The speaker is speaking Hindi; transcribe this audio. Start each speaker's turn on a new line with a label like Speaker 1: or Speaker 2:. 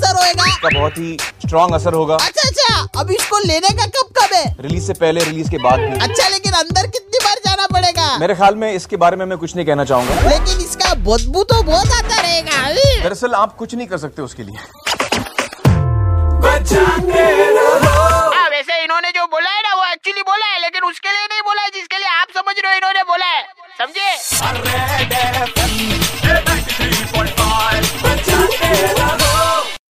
Speaker 1: इसका बहुत ही स्ट्रॉन्ग असर होगा
Speaker 2: अच्छा अच्छा अब इसको लेने का कब कब है
Speaker 1: रिलीज से पहले रिलीज के बाद भी
Speaker 2: अच्छा लेकिन अंदर कितनी बार जाना पड़ेगा
Speaker 1: मेरे ख्याल में इसके बारे में मैं कुछ नहीं कहना चाहूंगा
Speaker 2: लेकिन इसका बदबू तो बहुत आता रहेगा अभी।
Speaker 1: दरअसल आप कुछ नहीं कर सकते उसके लिए
Speaker 3: वैसे इन्होंने जो बोला है ना वो एक्चुअली बोला है लेकिन उसके लिए